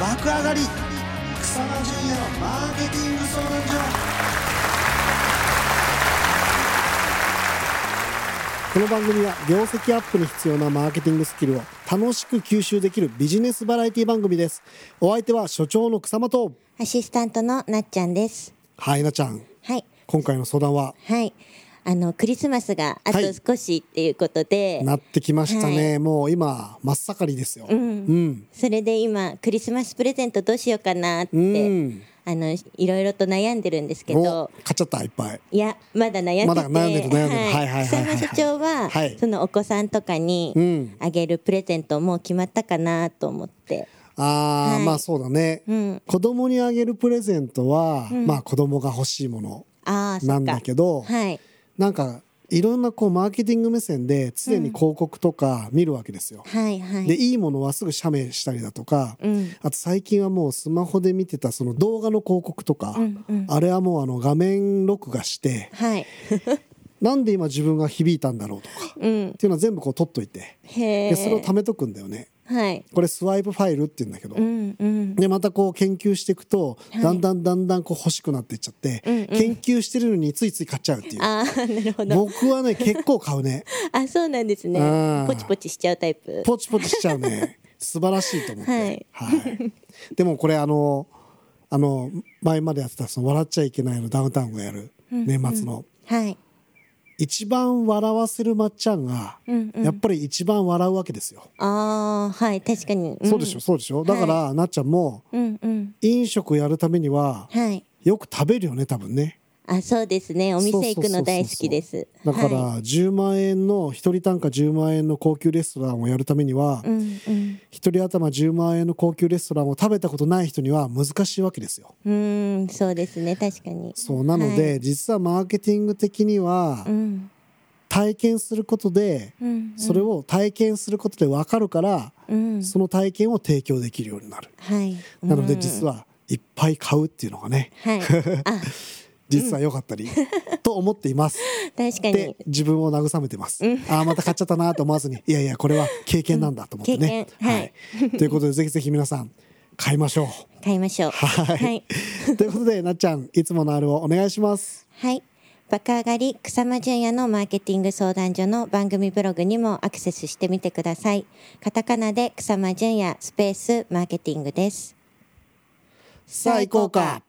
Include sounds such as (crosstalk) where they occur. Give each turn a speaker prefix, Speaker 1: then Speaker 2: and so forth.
Speaker 1: 爆上がり草間淳也のマーケティング相談
Speaker 2: この番組は業績アップに必要なマーケティングスキルを楽しく吸収できるビジネスバラエティ番組ですお相手は所長の草間と
Speaker 3: アシスタントのなっちゃんです。
Speaker 2: はいなちゃん
Speaker 3: はい。
Speaker 2: 今回の相談は
Speaker 3: はい。あの、クリスマスがあと
Speaker 2: はい
Speaker 3: 少しっていうことで、
Speaker 2: なってきましたね、もう今真っ盛りですようん、
Speaker 3: それで今、クリスマスプレゼントどうしようかなって、
Speaker 2: うん
Speaker 3: あの、いろいろと悩んでるんですけ
Speaker 2: お
Speaker 3: ど、
Speaker 2: 買っちゃったいっぱい
Speaker 3: いや、まだ悩んでて。
Speaker 2: まだ悩んでる悩んでるはいはいはいはい
Speaker 3: 草間社長は、
Speaker 2: はい
Speaker 3: そのお子さんとか
Speaker 2: う
Speaker 3: に
Speaker 2: ん
Speaker 3: あげるプレゼントもう決まったかなと思って。
Speaker 2: あー、
Speaker 3: はい
Speaker 2: まあそうだね、
Speaker 3: うん
Speaker 2: 子供にあげるプレゼントは、まあ子供が欲しいもの
Speaker 3: ああ、そっか。
Speaker 2: なんだけど、
Speaker 3: はい。
Speaker 2: なんかいろんなこうマーケティング目線で常に広告とか見るわけですよ、
Speaker 3: はいはい。
Speaker 2: でいいものはすぐ写メしたりだとか、
Speaker 3: うん。
Speaker 2: あと最近はもうスマホで見てたその動画の広告とか、
Speaker 3: うんうん
Speaker 2: あれはもうあの画面録画して
Speaker 3: はい。
Speaker 2: なんで今自分が響いたんだろうとか
Speaker 3: うん
Speaker 2: っ。ていうのは全部こう取っといて
Speaker 3: へえ。
Speaker 2: でそれを貯めとくんだよね
Speaker 3: はい。
Speaker 2: これスワイプファイルって言うんだけど、
Speaker 3: うんうん。
Speaker 2: でまたこう研究していくと、
Speaker 3: はい
Speaker 2: だんだんだんだんこう欲しくなっていっちゃって、
Speaker 3: うんうん
Speaker 2: 研究してるのについつい買っちゃうっていう
Speaker 3: ああ、なるほど。
Speaker 2: 僕はね結構買うね
Speaker 3: あ、そうなんです
Speaker 2: うん
Speaker 3: ね。ポチポチしちゃうタイプ。
Speaker 2: ポチポチしちゃう
Speaker 3: (laughs)
Speaker 2: ね素晴らしいと思って、
Speaker 3: はい
Speaker 2: はいでもこれあのあの前までやってたその「笑っちゃいけない」のダウンタウンがやる年末の、
Speaker 3: はい。
Speaker 2: 一番笑わせるまっちゃんが、
Speaker 3: うんうん
Speaker 2: やっぱり一番笑うわけですよ、
Speaker 3: ああ、はい、確かに。ん
Speaker 2: そうでしょ。そうでしょだから、なっちゃんも
Speaker 3: うんうん。
Speaker 2: 飲食やるためには
Speaker 3: はい。
Speaker 2: よく食べるよね多分ね
Speaker 3: あ、そうですね。お店行くの大好きです。
Speaker 2: だから、
Speaker 3: はい
Speaker 2: 10万円の一人単価10万円の高級レストランをやるためには、
Speaker 3: うんうん。
Speaker 2: 一人頭10万円の高級レストランを食べたことない人には難しいわけですよ。
Speaker 3: うーん、そうですね。確かに。
Speaker 2: そうなので、
Speaker 3: はい
Speaker 2: 実はマーケティング的には
Speaker 3: うん。
Speaker 2: 体験することで、
Speaker 3: うん。
Speaker 2: それを体験することで分かるから、
Speaker 3: うん。
Speaker 2: その体験を提供できるようになる。
Speaker 3: はい。
Speaker 2: なので
Speaker 3: うん
Speaker 2: 実はいっぱい買うっていうのがね
Speaker 3: はい。あ、
Speaker 2: 実は良かった
Speaker 3: (laughs)
Speaker 2: り、と思っています。
Speaker 3: 確か
Speaker 2: で
Speaker 3: に。
Speaker 2: 自分を慰めてます。ああまた買っちゃったなと思わ
Speaker 3: (laughs)
Speaker 2: ずにいやいやこれは経験なんだと思ってね。
Speaker 3: うん経験はい
Speaker 2: ということでぜひぜひ皆さん買いましょう。
Speaker 3: 買いましょう。
Speaker 2: はい。ということで、なっちゃん、いつものあるをお願いします。
Speaker 3: はい。爆上がり草間淳也のマーケティング相談所の番組ブログにもアクセスしてみてください。カタカナで草間淳也スペースマーケティングです。
Speaker 2: さあ、行こうか。